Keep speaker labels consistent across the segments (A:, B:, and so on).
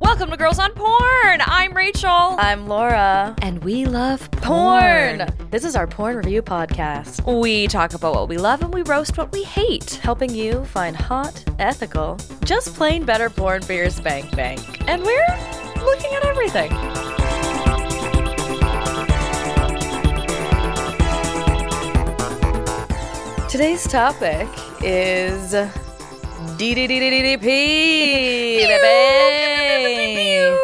A: Welcome to Girls on Porn. I'm Rachel.
B: I'm Laura.
C: And we love
B: Porn. This is our porn review podcast,
A: We talk about what we love and we roast what we hate.
B: helping you find hot, ethical, just plain better porn for your spank bank. And we're looking at everything. Today's topic is DDDDDP, baby.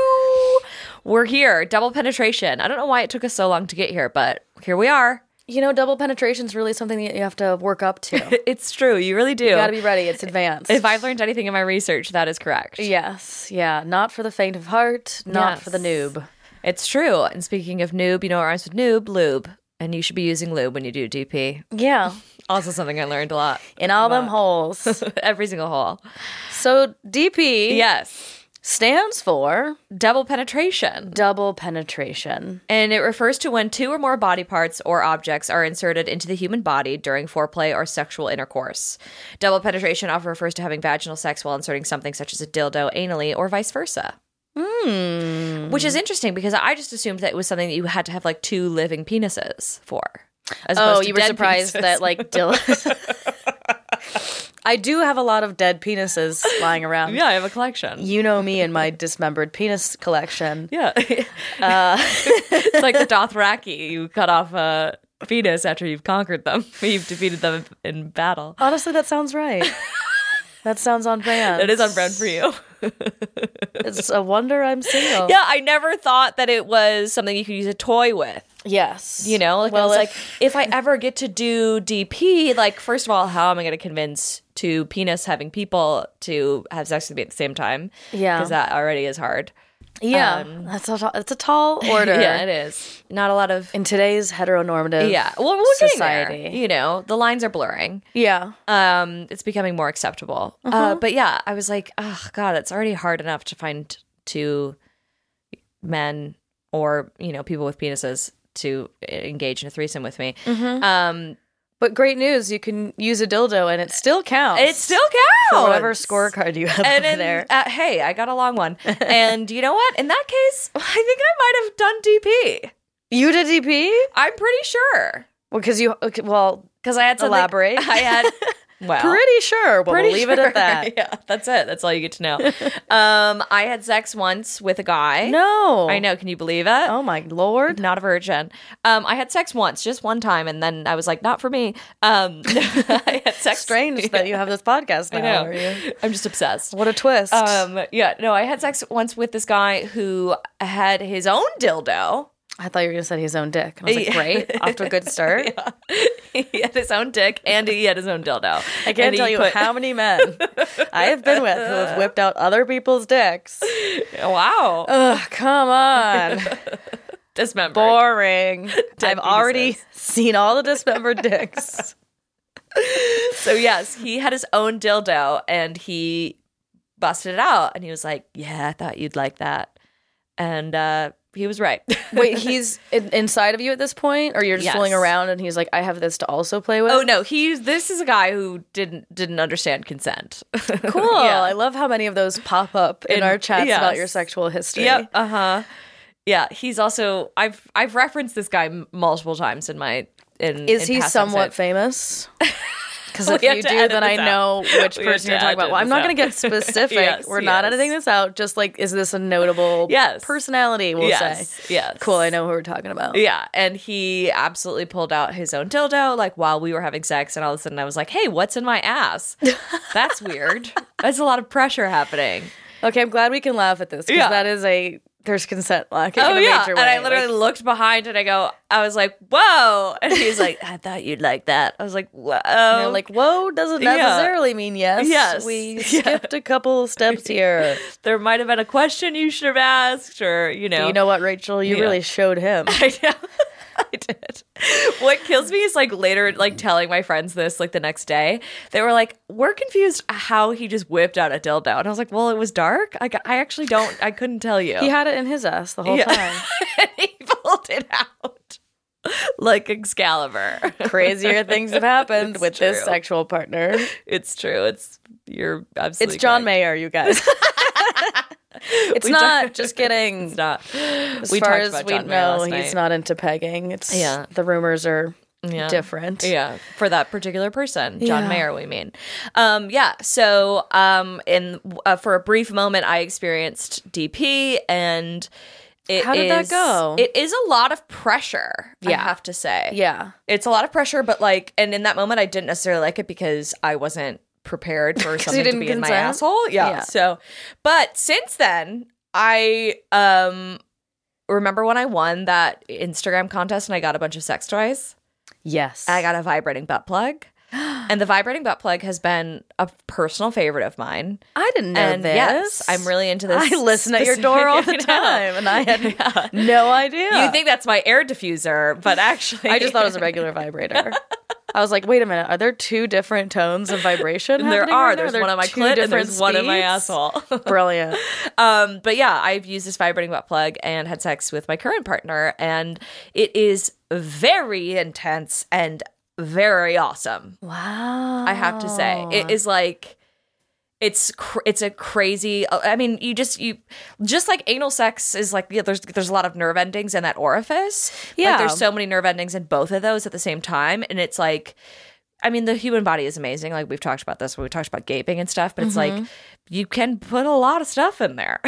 A: We're here, double penetration. I don't know why it took us so long to get here, but here we are.
B: You know, double penetration is really something that you have to work up to. you
A: It's true. You really do.
B: gotta be ready. It's advanced.
A: if I've learned anything in my research, that is correct.
B: Yes, yeah. Not for the faint of heart, not for the
A: Yes.
B: noob.
A: It's true. And speaking of noob, you know what rhymes with noob? Lube. And you should be using lube when you do DP.
B: Yeah.
A: Also, something I learned a lot.
B: In all them holes.
A: Every single hole.
B: so DP
A: Yes.
B: stands for
A: Double penetration.
B: double penetration.
A: And it refers to when two or more body parts or objects are inserted into the human body during foreplay or sexual intercourse. Double penetration often refers to having vaginal sex while inserting something such as a dildo anally or vice versa.
B: Hmm.
A: Which is interesting because I just assumed that it was something that you had to have like two living penises for. As
B: Oh,
A: opposed to
B: you were
A: dead
B: surprised
A: penises.
B: that like dill I do have a lot of dead penises lying around.
A: yeah, I have a collection.
B: You know me and my dismembered penis collection.
A: Yeah.
B: Uh,
A: it's like the Dothraki. You cut off a penis after you've conquered them. You've defeated them in battle.
B: Honestly, that sounds right. that sounds on brand.
A: It is on brand for you.
B: It's a wonder I'm single.
A: Yeah, I never thought that it was something you could use a toy with.
B: Yes.
A: You know, like I
B: Well,
A: was
B: if-
A: like, if I ever get to do DP, like first of all, how am I going to convince two penis having people to have sex with me at the same time?
B: Yeah.
A: because that already is hard.
B: Yeah, that's a tall, it's a tall order.
A: um, Yeah, it is. Not a lot of.
B: In today's heteronormative,
A: Yeah, well, we're getting
B: society.
A: there. You know, the lines are blurring.
B: yeah,
A: Um, it's becoming more acceptable. uh
B: Uh-huh.
A: but yeah, I was like, oh god, it's already hard enough to find two men or you know people with penises to engage in a threesome with me.
B: Mm-hmm.
A: Um,
B: but great news, you can use a dildo and it still counts.
A: it still
B: For
A: counts.
B: whatever scorecard you have
A: And
B: over
A: in,
B: there.
A: uh, hey, I got a long one. and you know what? In that case, I think I might have done DP.
B: You did DP?
A: I'm pretty sure
B: Well, because you, okay, well,
A: because I had something-
B: Elaborate.
A: I had well,
B: pretty sure. But
A: Pretty
B: we'll leave it at
A: sure.
B: that.
A: yeah, that's it. That's all you get to know. um, I had sex once with a guy.
B: No,
A: I know. Can you believe it?
B: Oh my lord.
A: Not a virgin. Um, I had sex once, just one time, and then I was like, not for me. Um, I had sex.
B: Strange that you have this podcast now.
A: I know.
B: are you?
A: I'm just obsessed.
B: What a twist.
A: Um, yeah, no, I had sex once with this guy who had his own dildo.
B: I thought you were going to say his own dick. And I was like, great, off to a good start.
A: he had his own dick and he had his own dildo.
B: I can't tell you how many men I have been with who have whipped out other people's dicks.
A: Wow.
B: Ugh, come on.
A: Dismembered.
B: Boring.
A: Dead
B: I've already
A: penises.
B: seen all the dismembered dicks.
A: So yes, he had his own dildo and he busted it out and he was like, "Yeah, I thought you'd like that," and uh, he was right.
B: Wait, he's in- inside of you at this point, or you're just
A: Yes.
B: fooling around, and he's like, "I have this to also play with."
A: oh no, he. This is a guy who didn't didn't understand consent.
B: cool! I love how many of those pop up in,
A: In-
B: our chats
A: yes.
B: about your sexual history.
A: Yep. Uh huh. Yeah. He's also. I've I've referenced this guy m- multiple times in my. In,
B: Is
A: in
B: he
A: past
B: somewhat
A: episodes.
B: famous? Because
A: We
B: if
A: have
B: you
A: to
B: do,
A: edit
B: then I
A: this
B: know
A: out.
B: which
A: We have
B: person
A: to
B: you're talking
A: edit
B: about. Well, I'm
A: this
B: not going
A: out.
B: to get specific.
A: Yes,
B: We're not
A: yes.
B: editing this out. Just like, is this a notable
A: Yes.
B: personality? We'll
A: Yes,
B: say.
A: yes.
B: Cool. I know who we're talking about.
A: Yeah, and he absolutely pulled out his own dildo like while we were having sex, and all of a sudden I was like, "Hey, what's in my ass?" That's weird. That's a lot of pressure happening.
B: Okay, I'm glad we can laugh at this because
A: Yeah.
B: that is a there's consent lacking.
A: Oh
B: in a
A: yeah,
B: major
A: and
B: way.
A: I literally
B: Like,
A: looked behind and I go, I was like, whoa, and he's like, I thought you'd like that. I was like, whoa,
B: and you're like, whoa, doesn't
A: Oh, Yeah.
B: necessarily mean yes.
A: Yes.
B: we
A: Yeah.
B: skipped a couple steps here.
A: there might have been a question you should have asked, or you know,
B: Do you know what, Rachel? You
A: Yeah.
B: really showed him.
A: I know. I did. What kills me is like later, like telling my friends this, like the next day, they were like, "We're confused how he just whipped out a dildo," and I was like, "Well, it was dark. I, I actually don't. I couldn't tell you.
B: He had it in his ass the whole
A: Yeah.
B: time.
A: and he pulled it out like Excalibur.
B: Crazier things have happened with this
A: true.
B: sexual partner.
A: It's true. It's you're absolutely.
B: It's John
A: correct.
B: Mayer, you guys. it's
A: We
B: not.
A: talked-
B: just kidding.
A: It's not.
B: As
A: we
B: far
A: talked
B: as
A: about
B: we
A: John Mayer
B: know,
A: last night.
B: he's not into pegging. It's
A: Yeah.
B: the rumors are
A: Yeah.
B: different.
A: Yeah, for that particular person, John
B: Yeah.
A: Mayer, we mean. Um, yeah, so um, in uh, for a brief moment, I experienced DP, and it
B: How did that
A: is-
B: go?
A: It is a lot of pressure.
B: Yeah.
A: I have to say,
B: Yeah.
A: it's a lot of pressure. But like, and in that moment, I didn't necessarily like it because I wasn't prepared for something to
B: didn't
A: be in my
B: consent?
A: asshole. Yeah.
B: Yeah.
A: So, but since then, I um remember when I won that Instagram contest and I got a bunch of sex toys.
B: Yes.
A: I got a vibrating butt plug. And the vibrating butt plug has been a personal favorite of mine.
B: I didn't know
A: and
B: this.
A: yes, I'm really into this.
B: I listen at your door all the
A: specific- I know.
B: time, and I had
A: Yeah.
B: no idea.
A: You think that's my air diffuser, but actually,
B: I just thought it was a regular vibrator. I was like, wait a minute, are there two different tones of vibration?
A: there
B: happening
A: are.
B: right now?
A: there's
B: there
A: one on my
B: two
A: clit and
B: different
A: there's one on my
B: speeds?
A: asshole.
B: Brilliant.
A: um, but yeah, I've used this vibrating butt plug and had sex with my current partner, and it is very intense and very awesome.
B: Wow.
A: I have to say. It is like it's cr- it's a crazy uh, I mean, you just you just like anal sex is like yeah, there's there's a lot of nerve endings in that orifice.
B: Yeah.
A: Like there's so many nerve endings in both of those at the same time and it's like I mean, the human body is amazing. Like we've talked about this when we talked about gaping and stuff, but it's
B: Mm-hmm.
A: like you can put a lot of stuff in there.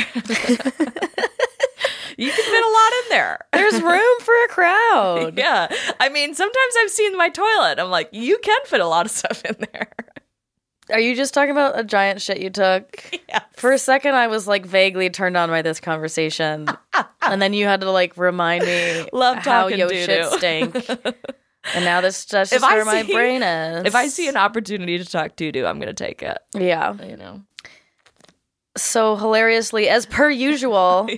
A: you can fit a lot in there.
B: There's room for a crowd.
A: Yeah. I mean, sometimes I've seen my toilet. I'm like, you can fit a lot of stuff in there.
B: Are you just talking about a giant shit you took?
A: Yeah.
B: For a second, I was like vaguely turned on by this conversation, and then you had to like remind me
A: Love
B: how
A: talking
B: yo
A: doo-doo.
B: shit stink. and now this that's just
A: If I
B: where my
A: see-
B: brain is.
A: If I see an opportunity to talk doo doo, I'm gonna take it.
B: yeah,
A: You know.
B: so hilariously as per usual,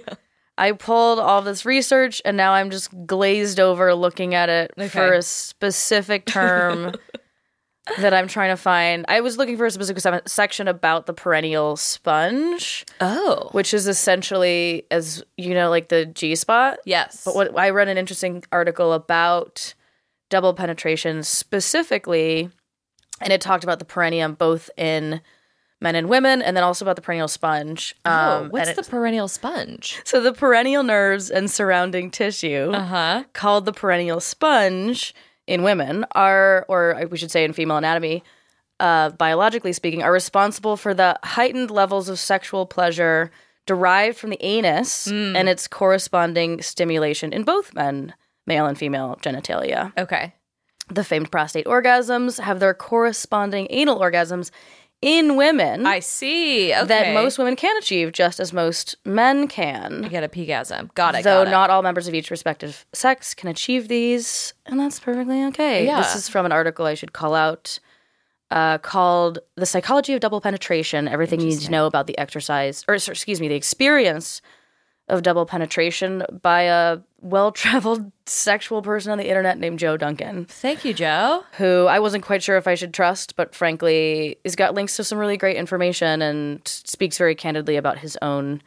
B: I pulled all this research, and now I'm just glazed over looking at it for
A: Okay.
B: a specific term. That I'm trying to find. I was looking for a specific se- section about the perennial sponge.
A: Oh.
B: which is essentially as you know like the G spot.
A: Yes.
B: But what I read an interesting article about double penetration specifically and it talked about the perineum both in men and women and then also about the perennial sponge.
A: Oh,
B: um, and
A: what's
B: it-
A: the perennial sponge?
B: so the perennial nerves and surrounding tissue
A: huh.
B: called the perennial sponge in women are, or we should say in female anatomy, uh, biologically speaking, are responsible for the heightened levels of sexual pleasure derived from the anus
A: Mm.
B: and its corresponding stimulation in both men, male and female genitalia.
A: Okay.
B: The famed prostate orgasms have their corresponding anal orgasms in women
A: I see. Okay.
B: Mm. that most women can achieve, just as most men can
A: I get a pegasm. Got it.
B: though
A: got it.
B: not all members of each respective sex can achieve these, and that's perfectly okay.
A: Yeah.
B: This is from an article I should call out uh, called "The Psychology of Double Penetration: Everything You Need to Know About the Exercise," or s- excuse me, the experience of double penetration by a well-traveled sexual person on the internet named Joe Duncan,
A: Thank you, Joe.
B: who I wasn't quite sure if I should trust, but frankly, he's got links to some really great information and speaks very candidly about his own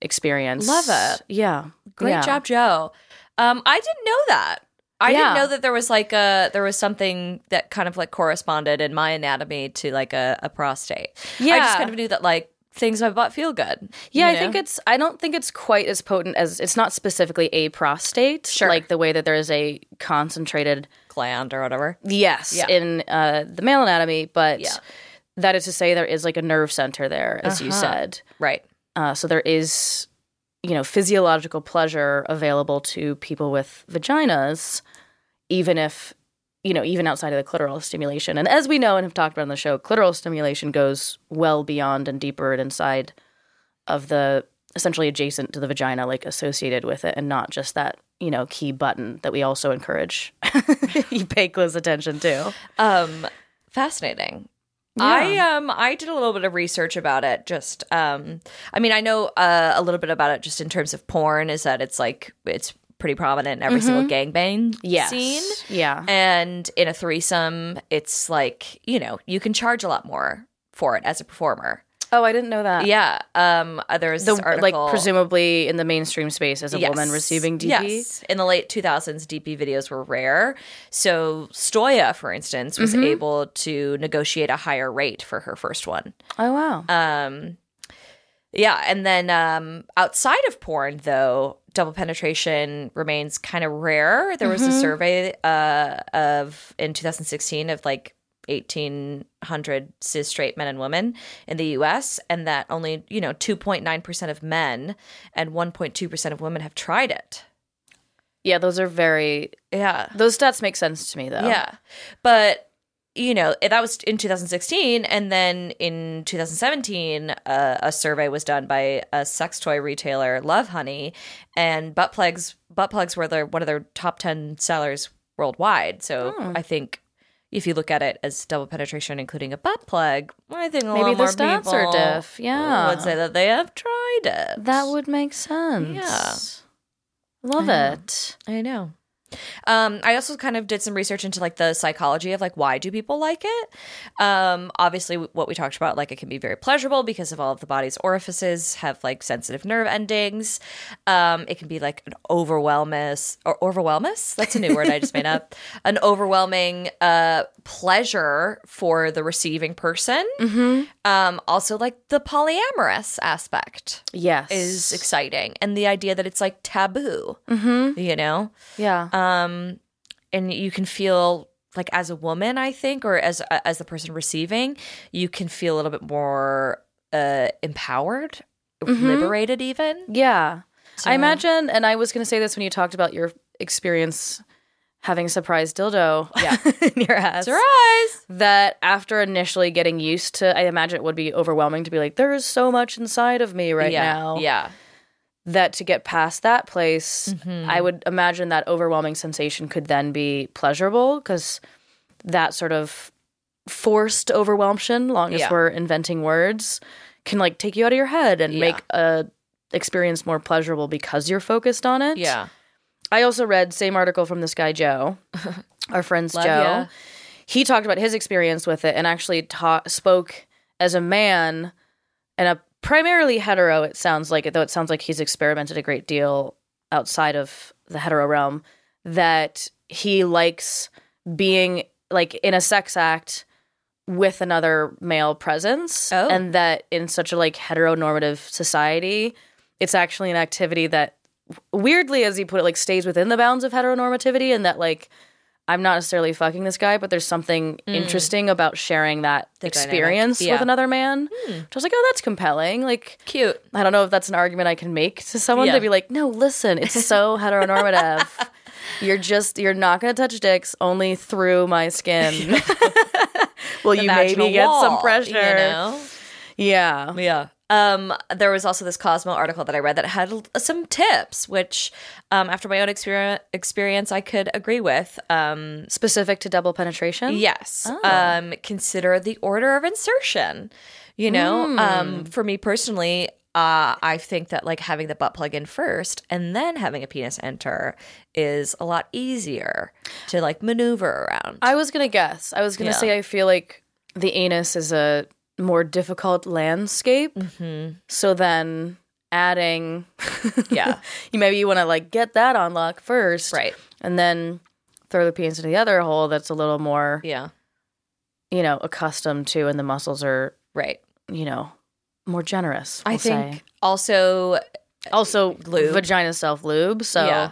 B: experience.
A: Love it.
B: Yeah.
A: Great
B: Yeah.
A: job, Joe. Um, I didn't know that. I
B: Yeah.
A: didn't know that there was like a there was something that kind of like corresponded in my anatomy to like a, a prostate. I
B: Yeah.
A: just kind of knew that like things my butt feel good.
B: Yeah,
A: you
B: I
A: know?
B: think it's. I don't think it's quite as potent as it's not specifically a prostate,
A: Sure.
B: like the way that there is a concentrated
A: gland or whatever.
B: yes
A: Yeah.
B: in uh, the male anatomy, but
A: Yeah.
B: that is to say there is like a nerve center there, as you
A: Uh-huh.
B: said.
A: Right.
B: Uh, so there is, you know, physiological pleasure available to people with vaginas, even if, you know, even outside of the clitoral stimulation. And as we know and have talked about on the show, clitoral stimulation goes well beyond and deeper and inside of the essentially adjacent to the vagina, like associated with it, and not just that you know key button that we also encourage you pay close attention to.
A: Um, fascinating. I um I did a little bit of research about it. Just um, I mean I know uh, a little bit about it just in terms of porn is that it's like it's pretty prominent in every single gangbang
B: Mm-hmm. Yes.
A: scene.
B: Yeah.
A: And in a threesome, it's like you know you can charge a lot more for it as a performer.
B: Oh, I didn't know that.
A: Yeah. Um. uh, There was
B: The
A: this article,
B: like presumably in the mainstream space as a
A: Yes.
B: woman receiving DP.
A: Yes. In the late 2000s, DP videos were rare. So Stoya, for instance, was
B: Mm-hmm.
A: able to negotiate a higher rate for her first one.
B: Oh wow.
A: Um, yeah, and then um, outside of porn, though, double penetration remains kind of rare. There was a survey uh, of in 2016 of like 1,800 cis straight men and women in the U.S., and that only you know 2.9 percent of men and 1.2 percent of women have tried it.
B: yeah, those are very
A: Yeah,
B: those stats make sense to me though.
A: yeah. But, you know, that was in 2016. And then in 2017, uh, a survey was done by a sex toy retailer, Love Honey, and butt plugs, butt plugs were their, one of their top 10 sellers worldwide. So
B: Hmm.
A: I think. If you look at it as double penetration, including a butt plug, I think a
B: Maybe
A: lot
B: the
A: more
B: stats
A: people
B: are diff, yeah.
A: would say that they have tried it.
B: That would make sense.
A: Yeah.
B: Love it.
A: I know. Um, I also kind of did some research into like the psychology of like why do people like it. Um, obviously, w- what we talked about, like it can be very pleasurable because of all of the body's orifices have like sensitive nerve endings. Um, it can be like an overwhelmus or overwhelmus. That's a new word I just made up. An overwhelming uh, pleasure for the receiving person. Um, also, like the polyamorous aspect
B: Yes.
A: is exciting, and the idea that it's like taboo. You know
B: yeah.
A: um and you can feel like as a woman i think or as uh, as the person receiving you can feel a little bit more uh empowered
B: Mm-hmm.
A: liberated even
B: yeah. I imagine and I was going to say this when you talked about your experience having a surprise dildo yeah. in your ass.
A: surprise
B: That after initially getting used to I imagine it would be overwhelming to be like there is so much inside of me right
A: yeah
B: now.
A: yeah
B: that to get past that place,
A: Mm-hmm.
B: I would imagine that overwhelming sensation could then be pleasurable because that sort of forced overwhelmation, long as
A: Yeah.
B: we're inventing words, can like take you out of your head and
A: Yeah.
B: make a experience more pleasurable because you're focused on it.
A: yeah
B: I also read same article from this guy Joe, our friends
A: Love
B: Joe.
A: ya.
B: He talked about his experience with it and actually ta- spoke as a man and a primarily hetero. It sounds like, though it sounds like he's experimented a great deal outside of the hetero realm. That he likes being like in a sex act with another male presence,
A: Oh.
B: and that in such a like heteronormative society, it's actually an activity that weirdly, as you put it, like stays within the bounds of heteronormativity, and that like I'm not necessarily fucking this guy, but there's something interesting about sharing that
A: Hmm. dynamic.
B: experience with
A: Yeah. Hmm.
B: another man. Which I was like, oh, that's compelling. Like,
A: cute
B: I don't know if that's an argument I can make to someone
A: Yeah.
B: to be like, no, listen, it's so heteronormative. You're just you're not gonna touch dicks only through my skin. Will you
A: Vaginal
B: maybe get some
A: wall,
B: pressure?
A: you know
B: Yeah.
A: Yeah. Um, there was also this Cosmo article that I read that had l- some tips, which, um, after my own exper- experience, I could agree with. Um,
B: Specific to double penetration?
A: Yes.
B: Oh.
A: Um, consider the order of insertion. You know,
B: Hmm.
A: um, for me personally, uh, I think that like having the butt plug in first and then having a penis enter is a lot easier to like maneuver around.
B: I was gonna guess. I was gonna
A: Yeah.
B: say I feel like the anus is a more difficult landscape.
A: Mm. Mm-hmm.
B: So then adding,
A: Yeah.
B: you maybe you want to like get that on lock first,
A: right.
B: And then throw the penis into the other hole that's a little more,
A: Yeah.
B: you know, accustomed to, and the muscles are,
A: Right.
B: you know, more generous.
A: I
B: we'll
A: think
B: say.
A: also
B: also
A: Lube.
B: vagina self lube. So
A: Yeah.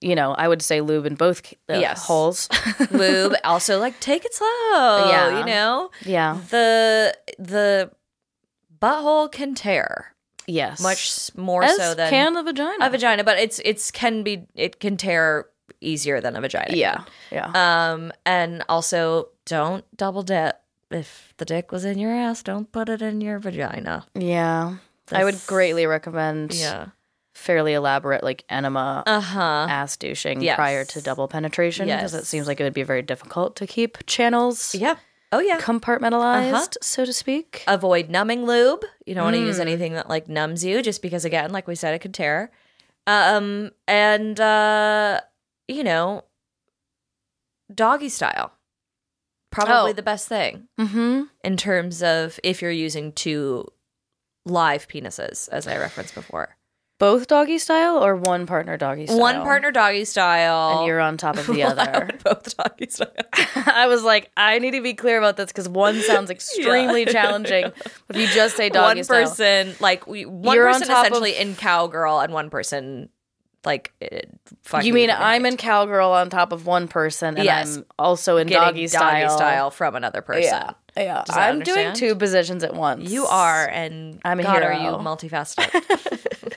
B: you know, I would say lube in both uh,
A: Yes.
B: holes.
A: lube, also like take it slow.
B: Yeah.
A: You know?
B: yeah.
A: The the butthole can tear
B: Yes.
A: much s- more
B: As
A: so than
B: can the vagina.
A: a vagina, but it's it's can be it can tear easier than a vagina.
B: Yeah. Yeah.
A: Um, and also don't double dip. If the dick was in your ass, don't put it in your vagina.
B: Yeah. I would greatly recommend
A: Yeah.
B: fairly elaborate like enema
A: Uh huh.
B: ass douching
A: Yes.
B: prior to double penetration because
A: Yes.
B: it seems like it would be very difficult to keep channels
A: Yeah. Uh-huh. Uh, Oh yeah.
B: compartmentalized, so to speak.
A: Avoid numbing lube. You don't want to use
B: Mm.
A: anything that like numbs you, just because again, like we said, it could tear. Um, and uh, you know, doggy style, probably
B: Oh.
A: the best thing
B: mm-hmm.
A: in terms of if you're using two live penises, as I referenced before.
B: Both doggy style or one partner doggy style?
A: One partner doggy style,
B: and you're on top of the
A: Well, I
B: other.
A: would both doggy style.
B: I was like, I need to be clear about this because one sounds extremely challenging. If you just say doggy
A: one
B: style,
A: person like we one
B: You're on
A: person
B: top of-
A: essentially in cowgirl and one person like it, fucking
B: you mean
A: the
B: I'm
A: night.
B: in cowgirl on top of one person, and
A: Yes.
B: I'm also in
A: Getting
B: doggy style.
A: from another person
B: Yeah, yeah.
A: Does that
B: I'm doing
A: understand?
B: two positions at once.
A: you are and
B: I'm a
A: god are
B: hero.
A: you multifaceted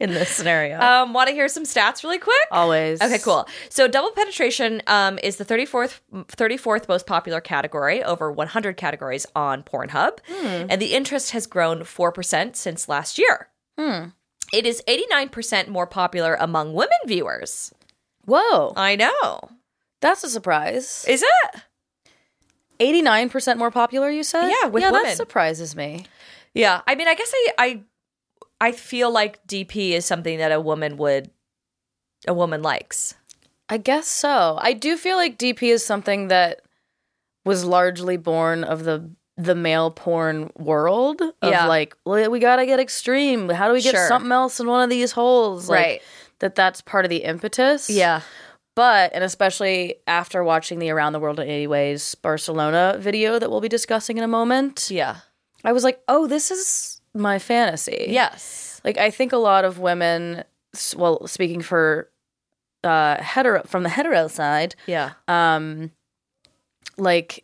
B: in this scenario.
A: um want to hear some stats really quick
B: Always.
A: Okay, cool. So double penetration um, is the 34th 34th most popular category over 100 categories on Pornhub, and the interest has grown 4% since last year. Hmm. It is 89% more popular among women viewers.
B: Whoa,
A: I know.
B: that's a surprise.
A: Is it?
B: Eighty nine percent more popular. You said,
A: Yeah, with
B: yeah,
A: women.
B: that surprises me.
A: Yeah. I mean, I guess I I I feel like DP is something that a woman would a woman likes.
B: I guess so. I do feel like DP is something that was largely born of the the male porn world of
A: Yeah.
B: like "Well, we gotta get extreme. How do we get
A: Sure.
B: something else in one of these holes? Like, That that's part of the impetus. But and especially after watching the Around the World in 80 Ways Barcelona video that we'll be discussing in a moment,
A: Yeah.
B: I was like, oh, this is my fantasy.
A: Yes.
B: Like I think a lot of women, s- well, speaking for uh, hetero from the hetero side,
A: Yeah.
B: um, like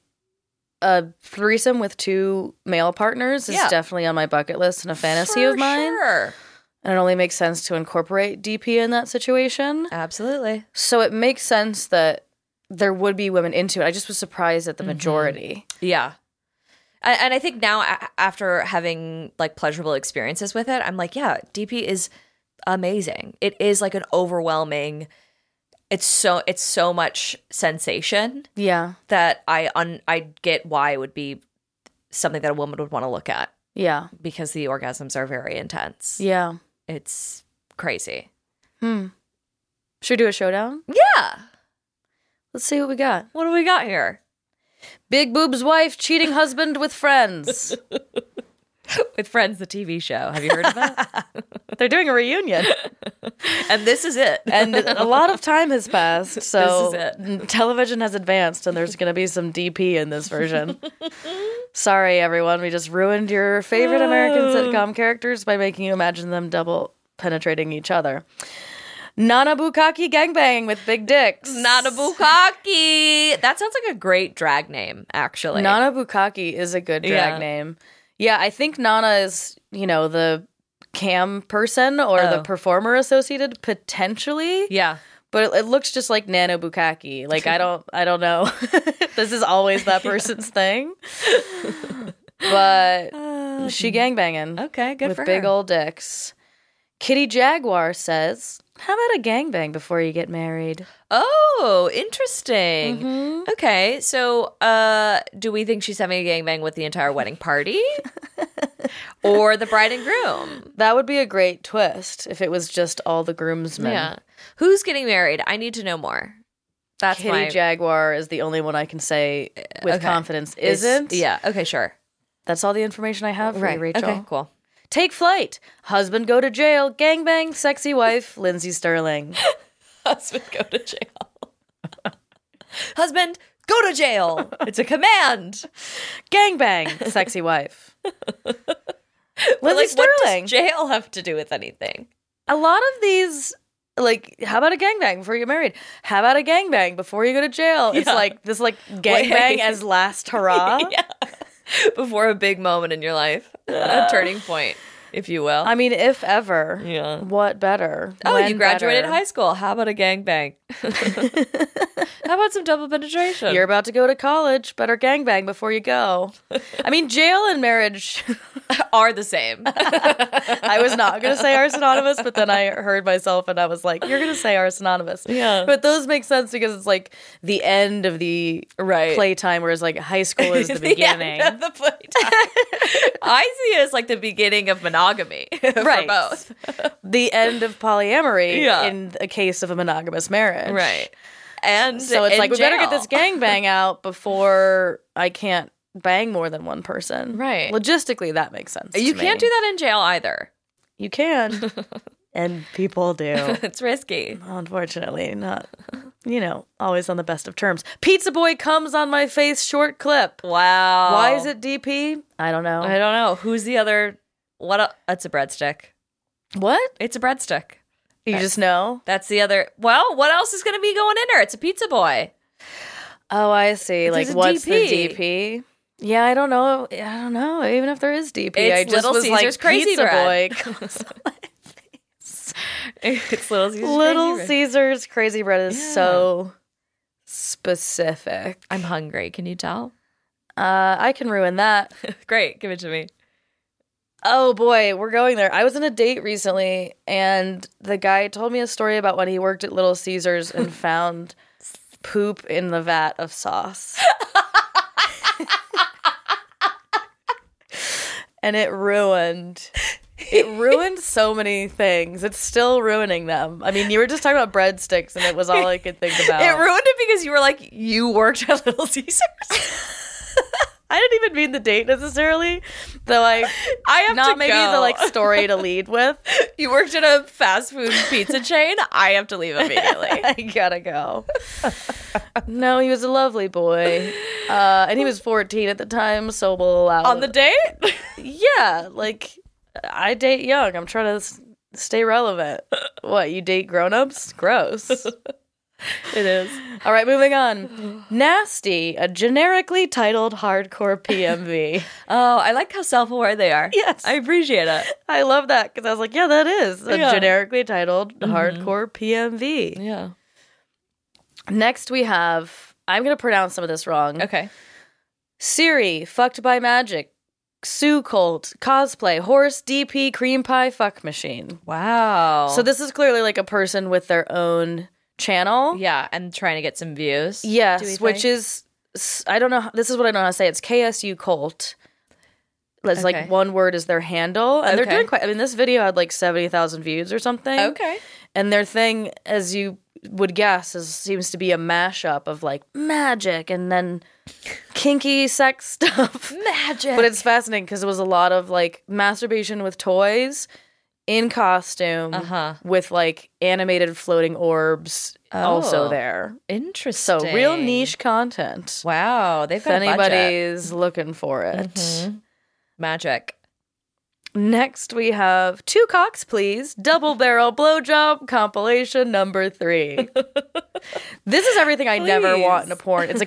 B: a threesome with two male partners is
A: Yeah.
B: definitely on my bucket list and a fantasy
A: For
B: of mine.
A: Sure.
B: And it only makes sense to incorporate DP in that situation.
A: Absolutely.
B: So it makes sense that there would be women into it. I just was surprised at the majority.
A: Yeah. A- And I think now, a- after having like pleasurable experiences with it, I'm like, yeah, DP is amazing. It is like an overwhelming. It's so it's so much sensation
B: Yeah.
A: that I un I get why it would be something that a woman would want to look at
B: Yeah.
A: because the orgasms are very intense.
B: Yeah.
A: It's crazy.
B: Hmm. Should we do a showdown?
A: Yeah.
B: Let's see what we got.
A: What do we got here?
B: Big boob's wife cheating husband with friends.
A: With Friends, the TV show. Have you heard of that?
B: They're doing a reunion.
A: and this is it.
B: And a lot of time has passed. So
A: This is
B: television has advanced and there's going to be some DP in this version. Sorry, everyone. We just ruined your favorite American sitcom characters by making you imagine them double penetrating each other. Nana Bukaki gangbang with big dicks.
A: Nana Bukaki. That sounds like a great drag name, actually.
B: Nana Bukaki is a good drag
A: Yeah.
B: name. Yeah, I think Nana is, you know, the cam person or the
A: Oh.
B: performer associated potentially.
A: yeah.
B: But it, it looks just like Nano Bukaki. Like I don't I don't know. this is always that person's thing. But she gangbanging
A: Um, Okay, good
B: with
A: for
B: big
A: her.
B: old dicks. Kitty Jaguar says, "How about a gangbang before you get married?"
A: oh, interesting. Okay, so uh, do we think she's having a gangbang with the entire wedding party? or the bride and groom?
B: That would be a great twist if it was just all the groomsmen.
A: Yeah. Who's getting married? I need to know more. That's
B: Kitty
A: my
B: Jaguar is the only one I can say with
A: okay.
B: confidence
A: is-
B: isn't.
A: Yeah. Okay, sure.
B: That's all the information I have for you, Rachel.
A: Okay, cool.
B: Take flight. Husband go to jail. Gangbang. Sexy wife. Lindsay Sterling.
A: Husband, go to jail. Husband, go to jail. It's a command.
B: Gangbang. Sexy wife.
A: But,
B: Lindsay
A: like, What
B: Sterling.
A: does jail have to do with anything?
B: a lot of these, like, how about a gangbang before you're married? How about a gangbang before you go to jail? It's
A: Yeah.
B: like this, like gangbang as last hurrah.
A: Before a big moment in your life, a turning point. if you will.
B: I mean, if ever,
A: Yeah.
B: What better?
A: oh,
B: When
A: you graduated
B: better?
A: high school. How about a gangbang? How about some double penetration?
B: You're about to go to college. Better gangbang before you go. I mean, jail and marriage.
A: are the same.
B: I was not going to say are synonymous, but then I heard myself and I was like, you're going to say are synonymous.
A: Yeah.
B: But those make sense because it's like the end of the
A: Right.
B: playtime, whereas like high school is the beginning.
A: end of the playtime. I see it as like the beginning of monogamy for
B: Right.
A: both.
B: The end of polyamory
A: Yeah.
B: in a case of a monogamous marriage.
A: Right. And
B: So it's
A: in
B: like, we better get
A: jail.
B: this gangbang out before I can't bang more than one person.
A: Right.
B: Logistically, that makes sense.
A: You
B: to
A: can't
B: me.
A: do that in jail either.
B: You can. and people do.
A: It's risky.
B: Unfortunately, not, you know, always on the best of terms. Pizza Boy comes on my face short clip.
A: Wow.
B: Why is it DP? I don't know.
A: I don't know. Who's the other? What? A, it's a breadstick.
B: what?
A: It's a breadstick.
B: You just know?
A: That's the other. Well, what else is going to be going in there? It's a pizza boy.
B: Oh, I see.
A: If
B: Like,
A: there's a
B: what's
A: DP.
B: the DP? Yeah, I don't know. I don't know. Even if there is DP,
A: It's
B: I just
A: Little
B: was
A: Caesar's
B: like,
A: Crazy
B: Pizza
A: Bread.
B: Boy comes
A: It's little Caesar's.
B: Little
A: Crazy Bread.
B: Caesar's Crazy Bread is
A: Yeah.
B: so specific.
A: I'm hungry. Can you tell?
B: Uh, I can ruin that.
A: Great. Give it to me.
B: Oh boy, we're going there. I was on a date recently, and the guy told me a story about when he worked at Little Caesars and found poop in the vat of sauce. and it ruined. It ruined so many things. It's still ruining them. I mean, you were just talking about breadsticks, and it was all I could think about.
A: It ruined it because you were like, you worked at Little Caesars.
B: I didn't even mean the date necessarily, though I
A: I have
B: not
A: to
B: maybe
A: go.
B: the like story to lead with.
A: you worked at a fast food pizza chain. I have to leave immediately.
B: I gotta go. no, he was a lovely boy, uh, and he was 14 at the time, so we'll allow.
A: On the
B: it.
A: date?
B: yeah, like I date young. I'm trying to s- stay relevant. what you date grown-ups? Gross.
A: It is.
B: All right, moving on. Nasty, a generically titled hardcore PMV.
A: Oh, I like how self aware they are.
B: Yes.
A: I appreciate it.
B: I love that because I was like, yeah, that is a
A: Yeah. Mm-hmm.
B: generically titled hardcore PMV.
A: Yeah.
B: Next, we have. I'm gonna pronounce some of this wrong.
A: Okay.
B: Siri, fucked by magic, Sue cult, cosplay, horse, DP, cream pie, fuck machine.
A: Wow.
B: So this is clearly like a person with their own channel.
A: Yeah, and trying to get some views. do we
B: Yes, which
A: think?
B: is s- I don't know. This is what I know how to say. It's KSU cult. It's
A: Okay.
B: like one word is their handle, and
A: Okay.
B: they're doing quite. I mean, this video had like seventy thousand views or something.
A: okay.
B: and their thing, as you would guess, is seems to be a mashup of like magic and then kinky sex stuff.
A: Magic.
B: But it's fascinating because it was a lot of like masturbation with toys in costume
A: Uh-huh.
B: with like animated floating orbs
A: Oh.
B: also there. So
A: interesting.
B: real niche content.
A: Wow, they've
B: If
A: got Mm-hmm. anybody
B: anybody's looking for it.
A: magic.
B: Next we have Two Cocks Please, Double Barrel Blowjob Compilation number three. this is everything I never
A: Please.
B: want in a porn. It's a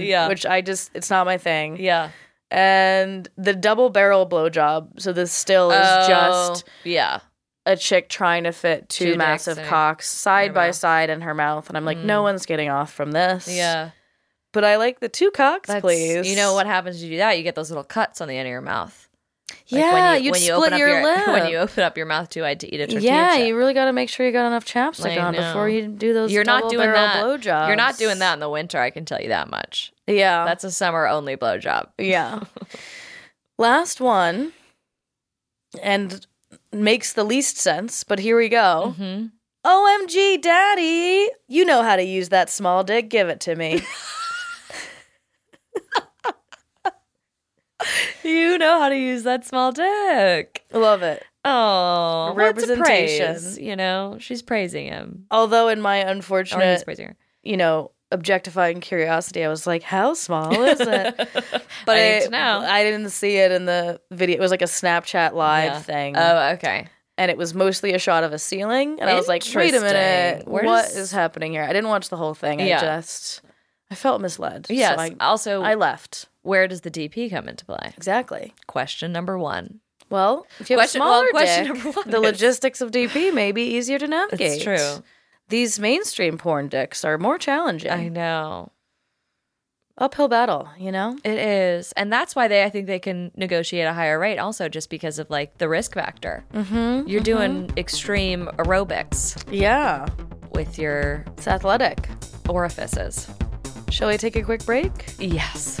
A: Yeah.
B: which I just it's not my thing.
A: Yeah.
B: and the double barrel blowjob. So this still is just
A: yeah.
B: a chick trying to fit
A: Oh. Two
B: two,
A: dicks
B: massive
A: in her-
B: cocks
A: her
B: side by
A: mouth.
B: side in her mouth, and I'm like, no one's getting off from this.
A: Yeah.
B: but I like the two cocks,
A: That's,
B: please.
A: You know what happens when you do that? You get those little cuts on the end of your mouth. Like
B: yeah,
A: when you,
B: you'd
A: when you
B: split
A: open up
B: your, lip.
A: when you open up your mouth too wide to eat a tortilla.
B: yeah,
A: chip.
B: you really got to make sure you got enough
A: I
B: chapstick on
A: know.
B: before you do those.
A: You're not
B: double
A: doing
B: barrel
A: that.
B: Blowjobs.
A: You're not doing that in the winter. I can tell you that much.
B: Yeah,
A: That's a summer only blowjob.
B: Yeah. Last one, and makes the least sense, but here we go.
A: Mm-hmm.
B: OMG, daddy, you know how to use that small dick. Give it to me.
A: You know how to use that small dick.
B: Love it.
A: Oh,
B: Representation.
A: representation. You know, she's praising him.
B: Although, in my
A: Or he's
B: unfortunate,
A: praising her.
B: you know, objectifying curiosity, I was like, how small is it?
A: I
B: But
A: need
B: it-
A: to know.
B: I didn't see it in the video. It was like a Snapchat live
A: Yeah.
B: thing.
A: Oh, okay.
B: and it was mostly a shot of a ceiling. And I was like, wait a minute,
A: Interesting. Where
B: what
A: does-
B: is happening here? I didn't watch the whole thing.
A: Yeah.
B: I just, I felt misled.
A: Yes.
B: So I,
A: also,
B: I left.
A: where does the DP come into play?
B: Exactly.
A: Question number one.
B: Well, if you have
A: Question-
B: a smaller
A: well, question
B: dick,
A: number one
B: the
A: is-
B: logistics of DP may be easier to navigate.
A: It's true.
B: These mainstream porn dicks are more challenging.
A: I know.
B: Uphill battle, you know?
A: It is. And that's why they I think they can negotiate a higher rate also just because of like the risk factor. Mm-hmm, You're doing extreme aerobics
B: Yeah.
A: with your
B: It's athletic.
A: orifices.
B: Shall we take a quick break?
A: Yes.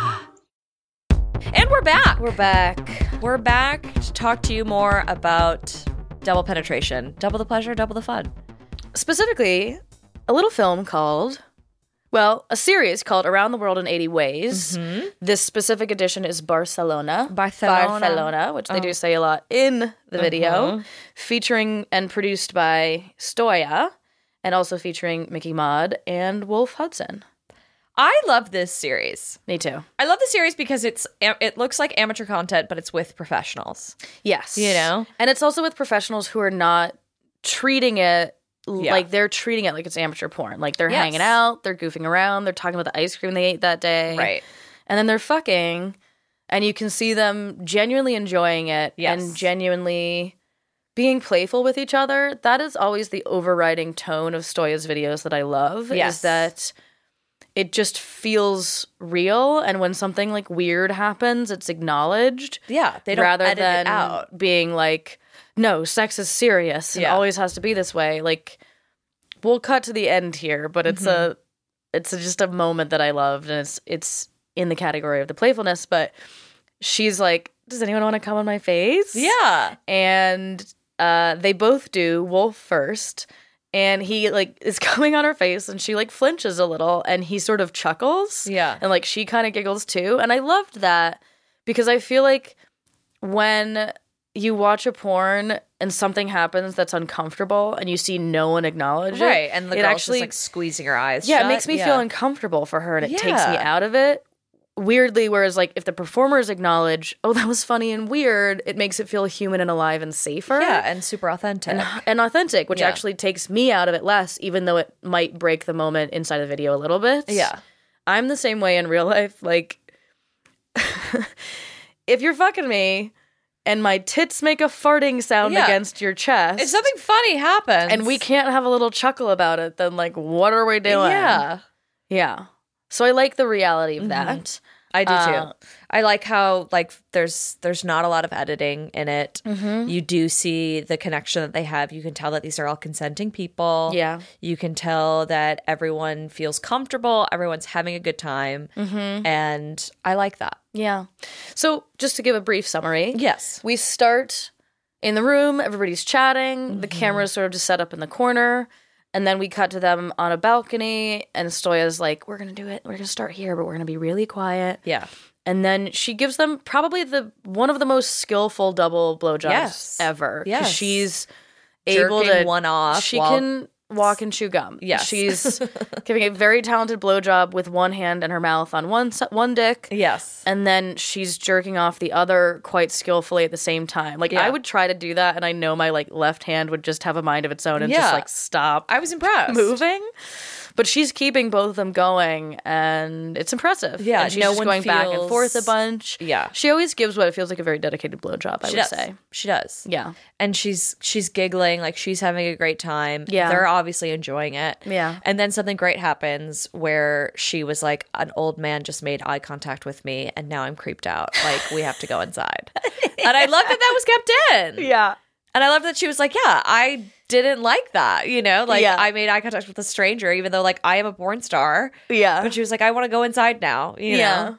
A: And we're back.
B: We're back.
A: We're back to talk to you more about double penetration. Double the pleasure, double the fun.
B: Specifically, a little film called, well, a series called Around the World in 80 Ways. This specific edition is Barcelona.
A: Mm-hmm. Barcelona. Oh. Mm-hmm.
B: Barcelona, which they do say a lot in the video, featuring and produced by Stoya and also featuring Mickey Maud and Wolf Hudson.
A: I love this series.
B: Me too.
A: I love the series because it's it looks like amateur content, but it's with professionals.
B: Yes.
A: You know?
B: And it's also with professionals who are not treating it l-
A: Yeah.
B: like they're treating it like it's amateur porn. Like they're
A: Yes.
B: hanging out, they're goofing around, they're talking about the ice cream they ate that day. And then they're fucking and you can see them genuinely enjoying it
A: Yes.
B: and genuinely being playful with each other. That is always the overriding tone of Stoya's videos that I love
A: Yes.
B: is that it just feels real and when something like weird happens, it's acknowledged
A: Yeah. They don't
B: rather
A: edit
B: than
A: it out.
B: being like, no, sex is serious and
A: Yeah.
B: always has to be this way. Like, we'll cut to the end here, but it's
A: Mm-hmm.
B: a, it's a, just a moment that I loved, and it's it's in the category of the playfulness. But she's like, does anyone want to come on my face?
A: Yeah.
B: and uh, they both do wolf first and he like is coming on her face and she like flinches a little and he sort of chuckles
A: Yeah.
B: and like she kind of giggles too and i loved that because i feel like when you watch a porn and something happens that's uncomfortable and you see no one acknowledge it
A: Right. And the
B: it
A: girl's
B: actually
A: just like squeezing her eyes.
B: yeah
A: shut.
B: it makes me
A: Yeah.
B: feel uncomfortable for her and it takes me
A: Yeah.
B: out of it weirdly whereas like if the performers acknowledge oh that was funny and weird it makes it feel human and alive and safer
A: Yeah, and super authentic.
B: and authentic, which
A: Yeah.
B: actually takes me out of it less, even though it might break the moment inside the video a little bit.
A: yeah.
B: I'm the same way in real life. Like, if you're fucking me and my tits make a farting sound
A: Yeah.
B: against your chest,
A: If something funny happens
B: and we can't have a little chuckle about it, then like, what are we doing?
A: Yeah.
B: Yeah. So I like the reality of that.
A: I do
B: Uh,
A: too. Um, I like how like there's there's not a lot of editing in it. You do see the connection that they have. You can tell that these are all consenting people.
B: Yeah.
A: You can tell that everyone feels comfortable. Everyone's having a good time, Mm-hmm. and I like that.
B: Yeah. So, just to give a brief summary.
A: Yes.
B: We start in the room, everybody's chatting, the camera's sort of just set up in the corner, and then we cut to them on a balcony, and Stoya's like, We're gonna do it, we're gonna start here, but we're gonna be really quiet.
A: Yeah.
B: And then she gives them probably the one of the most skillful double blowjobs
A: Yes.
B: ever. 'cause
A: Yes.
B: she's able
A: Jerking
B: to
A: one off
B: She
A: while-
B: can walk and chew gum.
A: Yes.
B: she's giving a very talented blowjob with one hand and her mouth on one s- one dick
A: Yes.
B: and then she's jerking off the other quite skillfully at the same time. Like
A: Yeah.
B: I would try to do that, and I know my like left hand would just have a mind of its own and
A: Yeah.
B: just like stop
A: I was impressed.
B: moving. But she's keeping both of them going, and it's impressive.
A: Yeah,
B: and she's
A: no
B: just
A: one
B: going back and
A: feels-
B: forth a bunch.
A: Yeah.
B: she always gives what it feels like a very dedicated blowjob. I
A: She
B: would
A: does.
B: say.
A: She does.
B: Yeah.
A: and she's she's giggling like she's having a great time
B: Yeah.
A: they're obviously enjoying it
B: Yeah.
A: and then something great happens where she was like an old man just made eye contact with me and now i'm creeped out like we have to go inside and i love that that was kept in
B: Yeah.
A: and i love that she was like yeah i didn't like that you know like
B: Yeah.
A: i made eye contact with a stranger even though like i am a porn star
B: Yeah.
A: but she was like i want to go inside now you
B: yeah.
A: know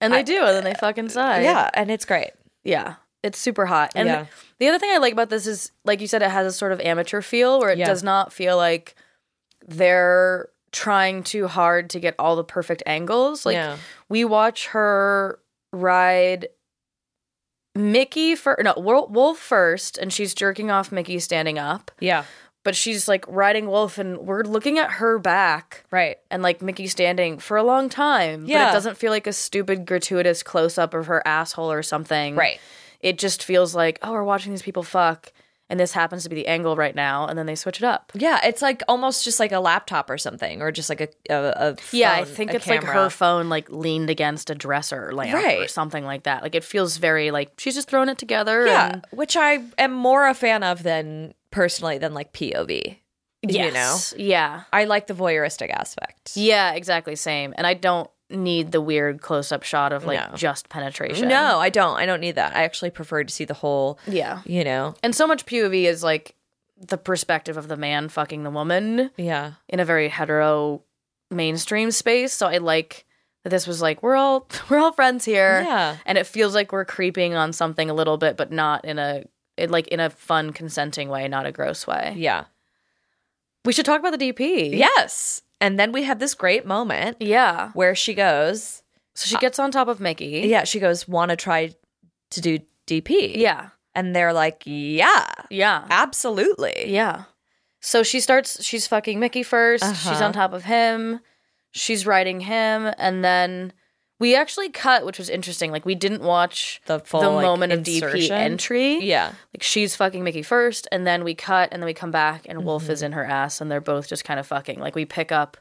B: And they do, and then they fuck inside.
A: uh, yeah and it's great
B: Yeah. It's super hot. And
A: Yeah.
B: the other thing I like about this is, like you said, it has a sort of amateur feel where it
A: Yeah.
B: does not feel like they're trying too hard to get all the perfect angles. Like
A: Yeah.
B: we watch her ride Mickey for no Wol- Wolf first, and she's jerking off Mickey standing up,
A: yeah
B: but she's like riding Wolf, and we're looking at her back
A: right
B: and like Mickey standing for a long time. But
A: Yeah.
B: it doesn't feel like a stupid, gratuitous close up of her asshole or something.
A: Right.
B: It just feels like, oh, we're watching these people fuck, and this happens to be the angle right now, and then they switch it up.
A: Yeah, it's like almost just like a laptop or something, or just like a a, a phone,
B: yeah, I think
A: a
B: it's like
A: camera.
B: her phone like leaned against a dresser lamp or
A: Right.
B: something like that. Like it feels very like she's just throwing it together.
A: Yeah,
B: and-
A: which I am more a fan of than personally than like POV. You know,
B: Yes. Yeah.
A: I like the voyeuristic aspect.
B: Yeah. Exactly. Same. And I don't need the weird close up shot of like
A: No.
B: just penetration.
A: No, I don't. I don't need that. I actually prefer to see the whole.
B: Yeah.
A: You know.
B: And so much POV is like the perspective of the man fucking the woman
A: Yeah.
B: in a very hetero mainstream space. So I like that this was like we're all we're all friends here.
A: Yeah.
B: And it feels like we're creeping on something a little bit, but not in a it, like in a fun, consenting way, not a gross way.
A: Yeah.
B: We should talk about the DP.
A: Yes. And then we have this great moment
B: Yeah.
A: where she goes.
B: So she gets on top of Mickey.
A: Yeah, she goes. Want to try to do DP?
B: Yeah.
A: And they're like, Yeah,
B: Yeah.
A: absolutely.
B: Yeah. So she starts, she's fucking Mickey 1st She's
A: Uh-huh.
B: on top of him. She's riding him. And then we actually cut, which was interesting. Like, we didn't watch
A: The full, like,
B: moment of DP
A: insertion?
B: entry.
A: Yeah.
B: Like, she's fucking Mickey first. And then we cut, and then we come back, and Wolf
A: Mm-hmm.
B: is in her ass, and they're both just kind of fucking. Like, we pick up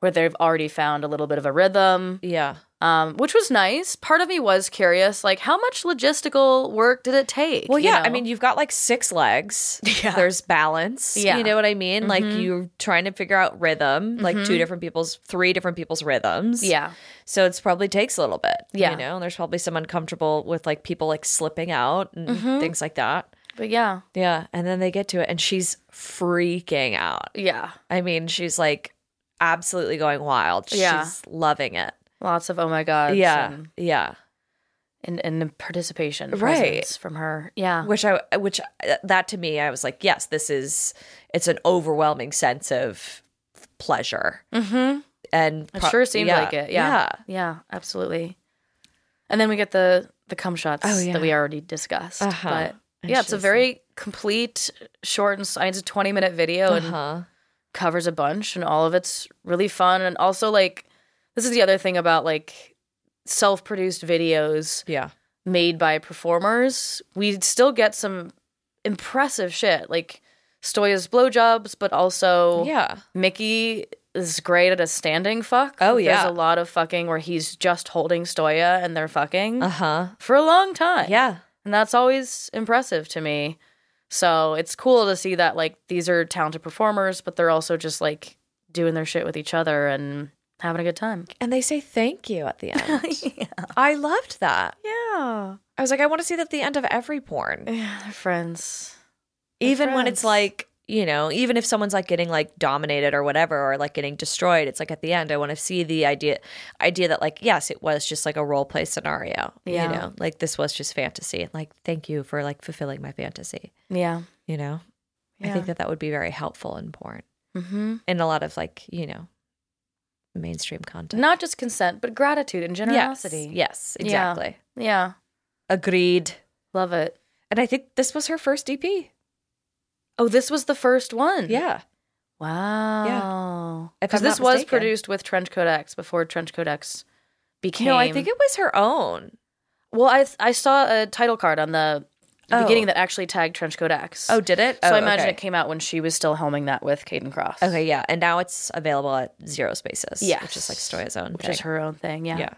B: where they've already found a little bit of a rhythm,
A: Yeah.
B: um, which was nice. Part of me was curious, like, how much logistical work did it take?
A: Well,
B: you
A: yeah. I
B: know?
A: mean, you've got like six legs.
B: Yeah.
A: There's balance.
B: Yeah. Mm-hmm.
A: You know what I mean? Like you're trying to figure out rhythm, like two different people's, three different people's rhythms.
B: yeah.
A: So it's probably takes a little bit.
B: Yeah.
A: You know, and there's probably some uncomfortable with like people like slipping out and
B: Mm-hmm.
A: things like that.
B: But yeah.
A: Yeah. And then they get to it and she's freaking out.
B: Yeah.
A: I mean, she's like absolutely going wild.
B: Yeah.
A: She's loving it.
B: Lots of oh my god.
A: yeah.
B: And,
A: Yeah.
B: and, and participation
A: Right.
B: presence from her. Yeah.
A: which i which uh, that to me i was like yes this is it's an overwhelming sense of pleasure
B: Mm-hmm.
A: and
B: It
A: pro-
B: sure seemed
A: yeah,
B: like it. Yeah. yeah. absolutely. And then we get the the cum shots
A: Oh, yeah.
B: that we already discussed.
A: Uh-huh.
B: But
A: And
B: yeah, it's a
A: she's
B: very complete short and s- I mean, it's a 20 minute video
A: like,
B: and
A: uh-huh
B: covers a bunch and all of it's really fun and also like this is the other thing about like self-produced videos
A: yeah
B: made by performers, we still get some impressive shit, like Stoya's blowjobs, but also
A: yeah
B: Mickey is great at a standing fuck.
A: Oh, yeah.
B: there's a lot of fucking where he's just holding Stoya and they're fucking
A: uh-huh
B: for a long time.
A: yeah
B: and that's always impressive to me. So it's cool to see that like these are talented performers, but they're also just like doing their shit with each other and having a good time.
A: And they say thank you at the end. I loved that.
B: Yeah.
A: I was like, I want to see that at the end of every porn.
B: Yeah, they're friends.
A: even when it's
B: friends.
A: like, you know, even if someone's like getting like dominated or whatever or like getting destroyed, it's like at the end I want to see the idea idea that like, yes, it was just like a role play scenario.
B: Yeah.
A: You know, like this was just fantasy. And like, thank you for like fulfilling my fantasy.
B: Yeah.
A: You know? I
B: Yeah.
A: think that that would be very helpful in porn.
B: Mm-hmm.
A: In a lot of like, you know, mainstream content.
B: Not just consent, but gratitude and generosity.
A: Yes, yes
B: Yeah.
A: exactly.
B: Yeah.
A: Agreed.
B: Love it.
A: And I think this was her first EP.
B: Oh, this was the first one.
A: Yeah.
B: Wow.
A: If
B: Because
A: I'm
B: this
A: not
B: was
A: mistaken.
B: produced with Trench Codex before Trench Codex became.
A: No, I think it was her own.
B: Well, I I saw a title card on the
A: Oh.
B: beginning that actually tagged Trench Codex.
A: Oh, did it?
B: so
A: oh,
B: I imagine
A: okay.
B: it came out when she was still helming that with Caden Cross.
A: Okay, yeah. And now it's available at Zero Spaces.
B: Yes.
A: Which is like Stoya's own.
B: which
A: thing.
B: is her own thing. Yeah.
A: Yeah.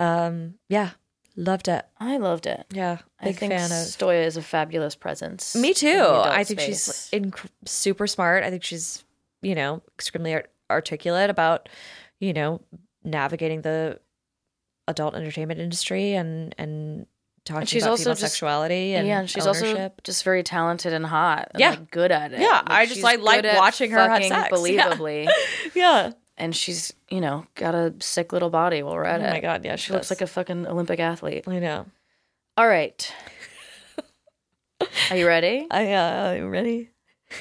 A: Um, yeah. Loved it.
B: I loved it.
A: Yeah.
B: I
A: Big
B: think
A: fan of
B: Stoya is a fabulous presence.
A: Me
B: in
A: too.
B: the adult
A: I think
B: space.
A: she's inc- super smart. I think she's, you know, extremely art- articulate about, you know, navigating the adult entertainment industry and and talking
B: she's
A: about
B: also
A: female
B: just-
A: sexuality and
B: yeah, and she's also
A: ownership.
B: just very talented and hot. and,
A: Yeah.
B: like, good at it.
A: Yeah, I just,
B: she's
A: like, like
B: good at
A: watching her have
B: fucking
A: sex. Yeah.
B: believably.
A: yeah.
B: and she's you know got a sick little body while we're at
A: Oh
B: it.
A: my God, yeah, she
B: she looks
A: does.
B: like a fucking Olympic athlete.
A: I know.
B: All right, are you ready?
A: I uh, you ready.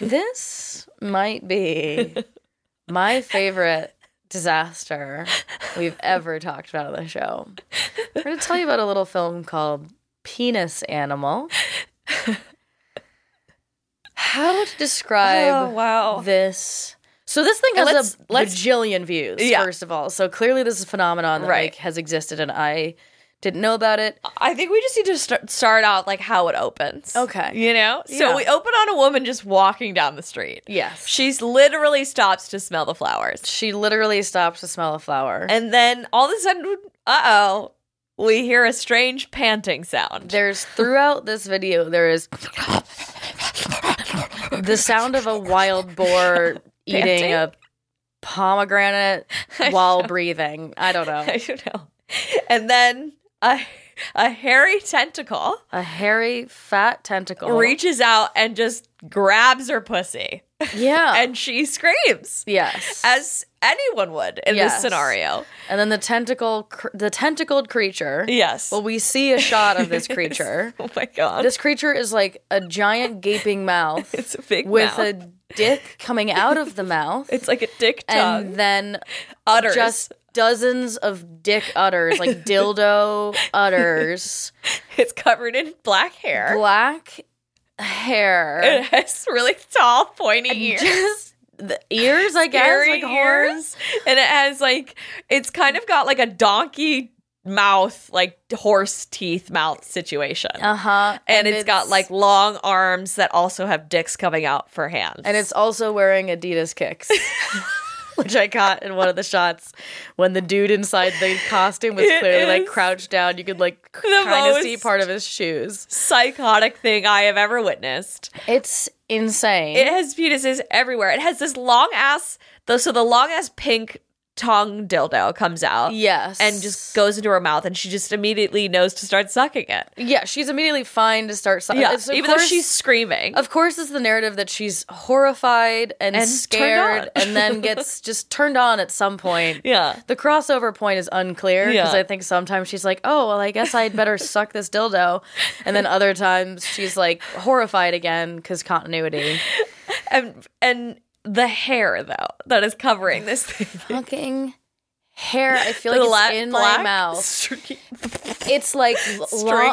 B: this might be my favorite disaster we've ever talked about on the show. We're going to tell you about a little film called Penis Animal. How to describe
A: Oh, wow.
B: this? So this thing has
A: Let's-
B: a
A: let's-
B: bajillion views.
A: Yeah.
B: First of all, so clearly this is a phenomenon that
A: Right.
B: like, has existed, and I didn't know about it.
A: I think we just need to start, start out like how it opens.
B: Okay.
A: You know? So
B: Yeah.
A: we open on a woman just walking down the street.
B: Yes.
A: She's literally stops to smell the flowers.
B: She literally stops to smell a flower.
A: And then all of a sudden, uh oh, we hear a strange panting sound.
B: There's throughout this video, there is the sound of a wild boar eating a pomegranate while breathing. I don't know.
A: I don't know. And then a, a hairy tentacle
B: A hairy, fat tentacle.
A: reaches out and just grabs her pussy.
B: Yeah.
A: And she screams.
B: yes.
A: As anyone would in
B: Yes.
A: this scenario.
B: and then the tentacle, cr- the tentacled creature.
A: Yes.
B: Well, we see a shot of this creature.
A: oh my god.
B: This creature is like a giant gaping mouth
A: it's a big
B: with
A: mouth.
B: a dick coming out of the mouth.
A: It's like a dick tongue.
B: and then
A: Udders.
B: just dozens of dick udders, like dildo udders,
A: it's covered in black hair.
B: black
A: It
B: hair,
A: has really tall, pointy ears.
B: just the ears, I guess,
A: Scary
B: like horns.
A: ears. And it has like it's kind of got like a donkey mouth, like horse teeth mouth situation.
B: Uh huh.
A: and it's got like long arms that also have dicks coming out for hands.
B: and it's also wearing Adidas kicks. Which I got in one of the shots when the dude inside the costume was
A: It
B: clearly like
A: is
B: crouched down. You could like
A: the
B: kind of see
A: most-
B: part of his shoes.
A: psychotic thing I have ever witnessed.
B: It's insane.
A: It has penises everywhere. It has this long ass though so the long ass pink tongue dildo comes out.
B: yes,
A: and just goes into her mouth, and she just immediately knows to start sucking it.
B: Yeah, she's immediately fine to start. Si-
A: Yeah,
B: it's- of
A: even though
B: course-
A: she's screaming.
B: Of course, it's the narrative that she's horrified and,
A: And turned
B: scared
A: on.
B: and then gets just turned on at some point.
A: yeah,
B: The crossover point is unclear because
A: Yeah.
B: I think sometimes she's like, oh, well, I guess I'd better suck this dildo. And then other times she's like horrified again because continuity.
A: and and the hair though that is covering this thing,
B: Fucking hair. I feel
A: the
B: like
A: la-
B: it's in
A: black
B: my mouth.
A: streak.
B: It's like long,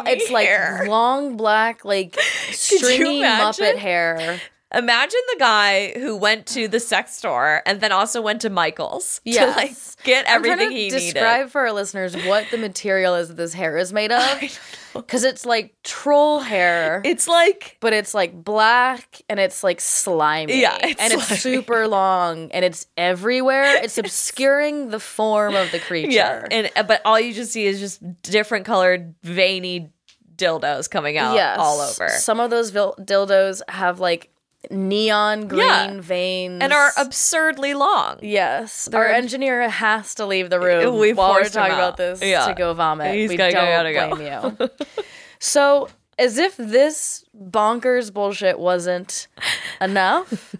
A: Stringy
B: it's like
A: hair.
B: long black, like stringy
A: imagine?
B: Muppet hair.
A: Imagine the guy who went to the sex store and then also went to Michael's
B: Yes.
A: to like get
B: I'm trying
A: everything
B: to
A: he
B: describe
A: needed.
B: for our listeners what the material is that this hair is made of because it's like troll hair
A: It's like
B: but it's like black and it's like slimy
A: Yeah, it's
B: and it's
A: slimy.
B: super long and it's everywhere it's obscuring the form of the creature
A: yeah, and but all you just see is just different colored veiny dildos coming out all over.
B: Some of those vil- dildos have like neon green
A: Yeah.
B: veins
A: and are absurdly long.
B: Yes, our
A: in-
B: engineer has to leave the room
A: We
B: while we're
A: forced him
B: talking
A: out.
B: about this
A: Yeah.
B: to go vomit.
A: He's
B: we
A: gotta
B: don't
A: go, gotta
B: blame you. so, as if this bonkers bullshit wasn't enough,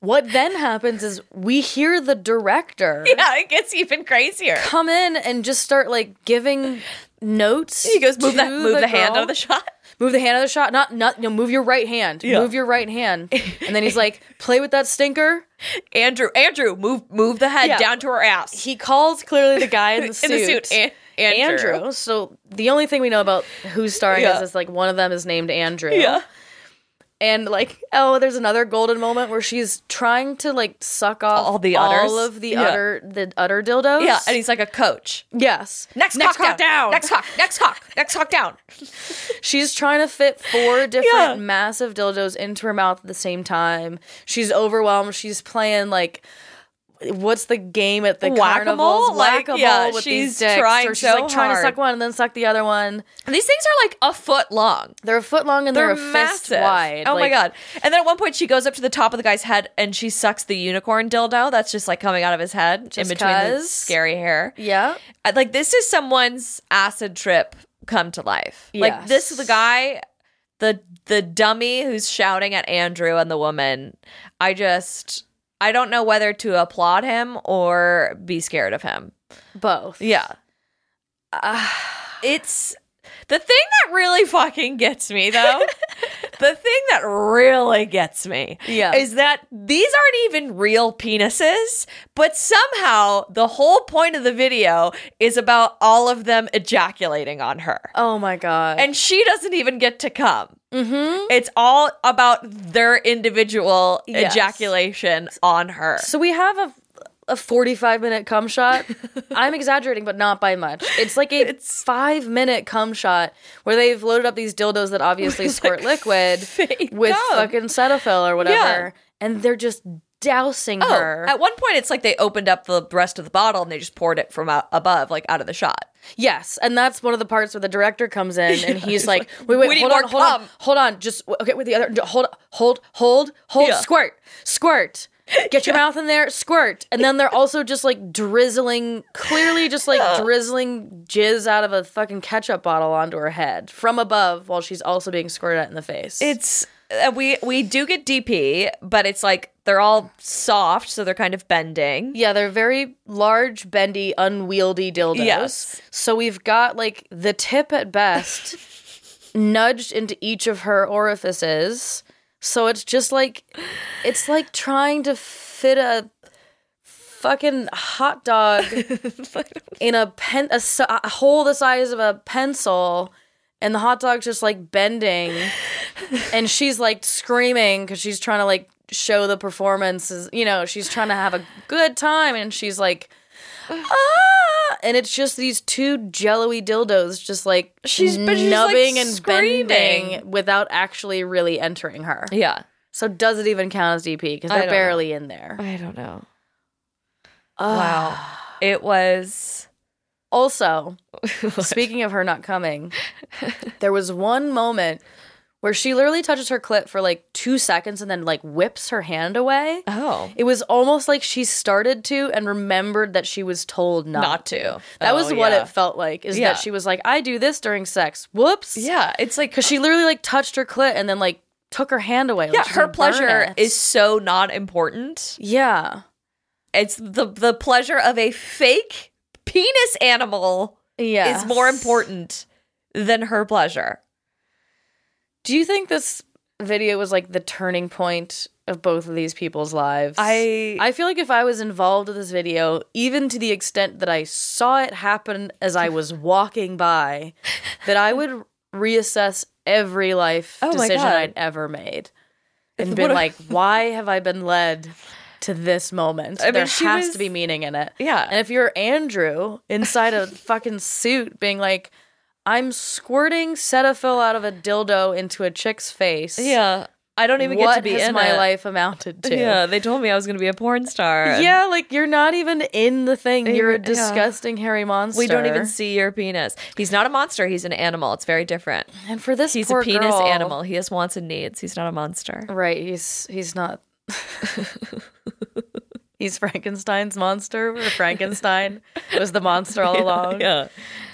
B: what then happens is we hear the director
A: Yeah, it gets even crazier.
B: come in and just start like giving notes.
A: He goes, move
B: to
A: that, move the, hand
B: girl."
A: out of the shot.
B: move the hand of the shot. Not, not, no, move your right hand. Move your right hand. And then he's like, play with that stinker.
A: Andrew, Andrew, move, move the head
B: Yeah.
A: down to her ass.
B: he calls clearly the guy in the
A: in
B: suit,
A: the suit, An- Andrew.
B: Andrew. So the only thing we know about who's starring
A: Yeah.
B: is is like one of them is named Andrew.
A: Yeah.
B: And like, oh, there's another golden moment where she's trying to like suck off
A: All the udders?
B: all of the
A: Yeah.
B: udder, the udder dildos.
A: Yeah, and he's like a coach.
B: yes,
A: Next, cock, down. Next cock. Next cock. Next cock down.
B: She's trying to fit four different
A: Yeah.
B: massive dildos into her mouth at the same time. She's overwhelmed. She's playing like what's the game at the
A: Whack-a-mole?
B: carnivals?
A: Like,
B: Whack-a-mole
A: yeah,
B: with
A: she's
B: these dicks.
A: trying
B: or she's
A: so
B: like trying to
A: hard.
B: suck one and then suck the other one.
A: These things are like a foot long.
B: They're a foot long and they're,
A: They're
B: a fist
A: massive.
B: wide.
A: Oh my
B: Like,
A: god! And then at one point, she goes up to the top of the guy's head and she sucks the unicorn dildo that's just like coming out of his head
B: Just
A: in between the
B: 'cause.
A: scary hair.
B: Yeah.
A: I- like this is someone's acid trip come to life. Like
B: Yes.
A: this is the guy, the the dummy who's shouting at Andrew and the woman. I just I don't know whether to applaud him or be scared of him.
B: Both.
A: Yeah. it's the thing that really fucking gets me though. the thing that really gets me
B: Yeah.
A: is that these aren't even real penises, but somehow the whole point of the video is about all of them ejaculating on her.
B: Oh my god.
A: And she doesn't even get to come. Mm-hmm. It's all about their individual
B: Yes.
A: ejaculation on her.
B: so we have a a 45 minute cum shot. I'm exaggerating, but not by much. It's like a five minute cum shot where they've loaded up these dildos that obviously squirt liquid
A: fake
B: with
A: cum.
B: fucking Cetaphil or whatever. And they're just dousing
A: Oh,
B: her.
A: at one point, it's like they opened up the rest of the bottle and they just poured it from out above, like out of the shot.
B: Yes, and that's one of the parts where the director comes in and he's like, "Wait, wait,
A: "We need
B: hold on,
A: more
B: hold on,
A: cum."
B: hold on, just okay." With the other, hold, hold, hold, hold,
A: Yeah.
B: squirt, squirt. Get your mouth in there, squirt, and then they're also just like drizzling, clearly just like drizzling jizz out of a fucking ketchup bottle onto her head from above, while she's also being squirted at in the face.
A: It's uh, we we do get DP, but it's like they're all soft, so they're kind of bending.
B: Yeah, they're very large, bendy, unwieldy dildos.
A: Yes.
B: So we've got like the tip at best nudged into each of her orifices. So it's just like it's like trying to fit a fucking hot dog in a pen a, s- a hole the size of a pencil and the hot dog's just like bending and she's like screaming because she's trying to like show the performances you know she's trying to have a good time and she's like ah! and it's just these two jello-y dildos just like
A: She's- but she's, like,
B: nubbing and
A: screaming.
B: bending without actually really entering her
A: Yeah,
B: so does it even count as dp because
A: I
B: they're
A: don't know.
B: barely in there
A: I don't know. Wow, it was
B: Also, speaking of her not coming, there was one moment where she literally touches her clit for like two seconds and then like whips her hand away.
A: oh
B: It was almost like she started to and remembered that she was told not,
A: not to.
B: That was
A: Oh,
B: what
A: yeah.
B: it felt like. Is
A: Yeah.
B: that she was like, I do this during sex. Whoops.
A: Yeah, it's like
B: Because she literally like touched her clit and then like took her hand away. like
A: yeah,
B: she's
A: her
B: gonna burn
A: pleasure
B: it.
A: is so not important.
B: Yeah.
A: It's the the pleasure of a fake penis animal
B: Yeah.
A: is more important than her pleasure.
B: Do you think this video was like the turning point of both of these people's lives?
A: I-
B: I feel like if I was involved with this video, even to the extent that I saw it happen as I was walking by, that I would reassess every life
A: Oh my
B: decision
A: God.
B: I'd ever made and
A: It's-
B: been
A: what a-
B: like, why have I been led to this moment?
A: I mean,
B: there
A: she
B: has
A: was-
B: to be meaning in it.
A: Yeah.
B: And if you're Andrew inside a fucking suit being like, I'm squirting Cetaphil out of a dildo into a chick's face.
A: Yeah. I don't even
B: what
A: get to be
B: has
A: in
B: my
A: it.
B: life amounted to?
A: Yeah, they told me I was going to be a porn star. and
B: Yeah, like you're not even in the thing. You're
A: yeah.
B: a disgusting hairy monster.
A: We don't even see your penis. He's not a monster. He's an animal. It's very different.
B: And for this,
A: He's
B: poor
A: a penis
B: girl-
A: animal. He has wants and needs. He's not a monster.
B: Right. He's he's not. he's Frankenstein's monster. Or Frankenstein was the monster all along.
A: Yeah.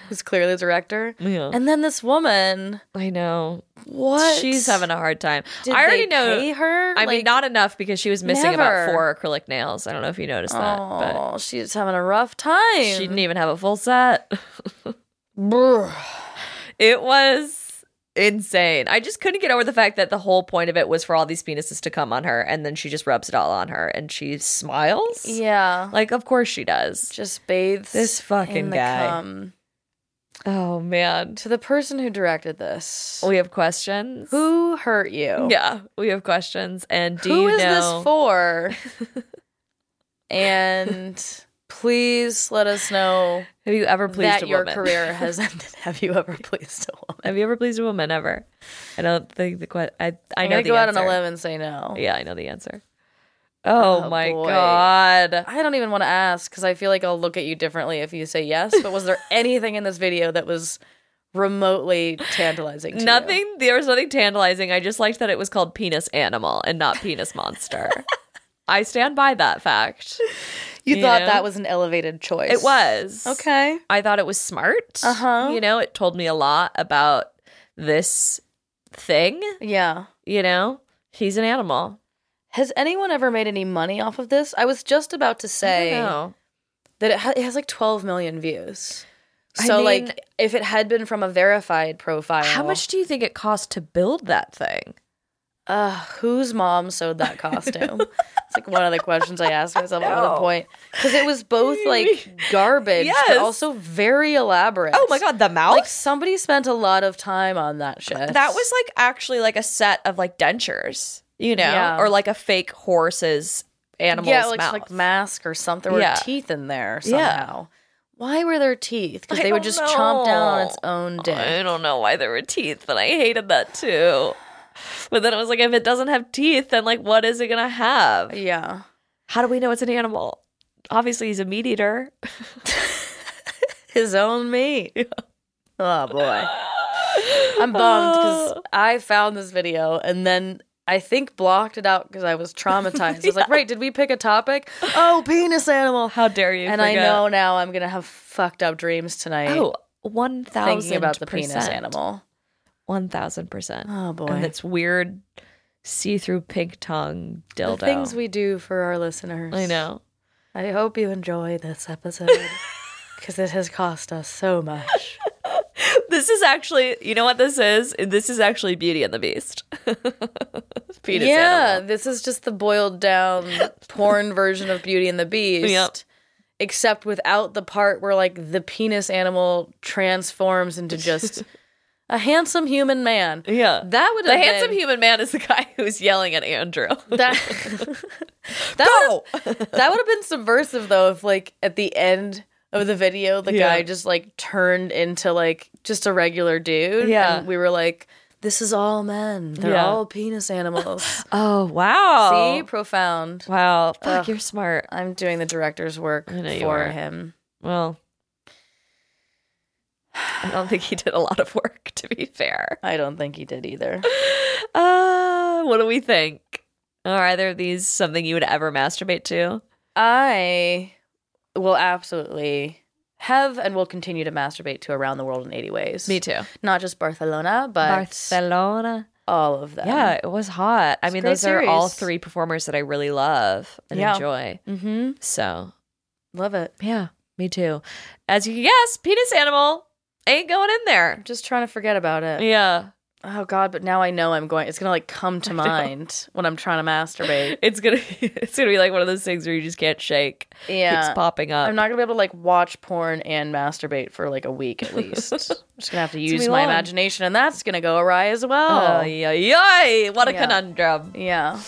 B: Who's clearly the director.
A: Yeah.
B: And then this woman.
A: I know.
B: What?
A: She's having a hard time.
B: Did
A: I already
B: they
A: know
B: pay her?
A: I mean,
B: Like-
A: not enough because she was missing about
B: Never.
A: four acrylic nails. I don't know if you noticed that, but
B: Oh, she's having a rough time.
A: she didn't even have a full set.
B: Brr.
A: It was insane. I just couldn't get over the fact that the whole point of it was for all these penises to come on her, and then she just rubs it all on her, and she smiles.
B: Yeah.
A: like of course she does.
B: Just bathes
A: This fucking
B: in the
A: guy.
B: cum.
A: Oh man,
B: To the person who directed this,
A: we have questions.
B: who hurt you?
A: Yeah, we have questions. And do
B: Who
A: you
B: is
A: know?
B: this for? and please let us know
A: have you ever pleased
B: that
A: a
B: your
A: woman?
B: career has ended. Have you ever pleased a woman?
A: Have you ever pleased a woman ever? I don't think the question. I I
B: I'm
A: know
B: gonna
A: the
B: go out
A: answer.
B: on a limb and say no.
A: Yeah, I know the answer. Oh,
B: Oh,
A: my
B: boy.
A: god.
B: I don't even want to ask because I feel like I'll look at you differently if you say yes. But was there anything in this video that was remotely tantalizing? To you?
A: Nothing there was nothing tantalizing. I just liked that it was called penis animal and not penis monster. I stand by that fact.
B: You,
A: You
B: thought
A: know?
B: that was an elevated choice.
A: It was.
B: Okay.
A: I thought it was smart.
B: Uh-huh.
A: You know, it told me a lot about this thing,
B: Yeah.
A: you know? He's an animal.
B: Has anyone ever made any money off of this? I was just about to
A: I
B: say
A: don't know.
B: that it, ha- it has like 12 million views.
A: I
B: So
A: mean-
B: like if it had been from a verified profile,
A: How much do you think it cost to build that thing?
B: Uh, whose mom sewed that costume? it's like one of the questions I asked myself at one point because it was both like garbage
A: Yes.
B: but also very elaborate.
A: Oh my god, the mouth?
B: Like somebody spent a lot of time on that shit.
A: That was like actually like a set of like dentures, you know,
B: Yeah.
A: or like a fake horse's animal's
B: yeah, like
A: mouth.
B: like mask or something. There
A: Yeah.
B: were teeth in there
A: Yeah.
B: somehow. Why were there teeth? Because
A: I
B: they would
A: don't
B: just chomp down on
A: know.
B: its own
A: I
B: dick.
A: don't know why there were teeth, but I hated that too. But then it was like, if it doesn't have teeth, then like, what is it gonna have?
B: Yeah.
A: How do we know it's an animal? Obviously, he's a meat eater.
B: his own meat. Oh boy. I'm bummed because I found this video and then I think blocked it out because I was traumatized. I was like, right, did we pick a topic? Oh, penis animal.
A: How dare you?
B: And I
A: forget.
B: know now I'm gonna have fucked up dreams tonight
A: Oh, one thousand.
B: thinking about the penis animal.
A: One thousand percent.
B: Oh boy.
A: And it's weird, see-through pink tongue dildo.
B: the things we do for our listeners.
A: I know.
B: I hope you enjoy this episode because it has cost us so much.
A: This is actually, you know what this is? This is actually Beauty and the Beast. Penis
B: yeah,
A: animal.
B: this is just the boiled down porn version of Beauty and the Beast.
A: Yep.
B: Except without the part where like the penis animal transforms into just a handsome human man.
A: Yeah.
B: That would
A: the
B: have
A: handsome
B: been-
A: human man is the guy who's yelling at Andrew.
B: That that would have that would have been subversive though if like at the end of the video the
A: Yeah.
B: guy just like turned into like just a regular dude.
A: Yeah.
B: And we were like, This is all men. They're
A: Yeah.
B: all penis animals.
A: Oh wow.
B: See? Profound.
A: Wow. Fuck,
B: Ugh.
A: you're smart.
B: I'm doing the director's work
A: I know you
B: for
A: are.
B: him.
A: Well. I don't think he did a lot of work, to be fair.
B: I don't think he did either.
A: Uh, what do we think? Are either of these something you would ever masturbate to?
B: I will absolutely have and will continue to masturbate to around the world in 80 ways.
A: too.
B: Not just Barcelona, but
A: Barcelona.
B: all of them.
A: Yeah, it was hot. I
B: It's a
A: mean,
B: great
A: those are all
B: series.
A: three performers that I really love and
B: Yeah.
A: enjoy.
B: Mm-hmm.
A: So,
B: Love it.
A: yeah, me too. As you can guess, penis animal ain't going in there.
B: I'm just trying to forget about it.
A: Yeah.
B: Oh God, but now I know I'm going it's gonna like come to mind when I'm trying to masturbate.
A: It's gonna be, it's gonna be like one of those things where you just can't shake.
B: Yeah.
A: Keeps popping up.
B: I'm not gonna be able to like watch porn and masturbate for like a week at least. I'm just gonna have to
A: gonna
B: use
A: be
B: my
A: long.
B: imagination and that's gonna go awry as well.
A: Oh, yoy, yoy, what a
B: Yeah.
A: conundrum.
B: Yeah.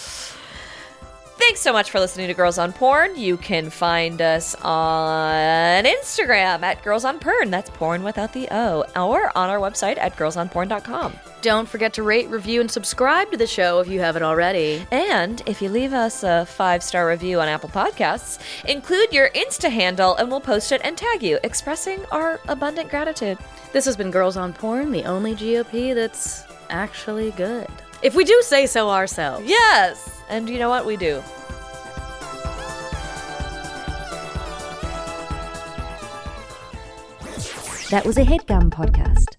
A: Thanks so much for listening to Girls on Porn. You can find us on Instagram at Girls on Porn. That's porn without the O. Or on our website at girlsonporn.com.
B: Don't forget to rate, review, and subscribe to the show if you haven't already.
A: And if you leave us a five star review on Apple Podcasts, include your Insta handle and we'll post it and tag you, expressing our abundant gratitude.
B: This has been Girls on Porn, the only GOP that's actually good. If we do say so ourselves.
A: Yes! And you know what? We do.
C: That was a headgum podcast.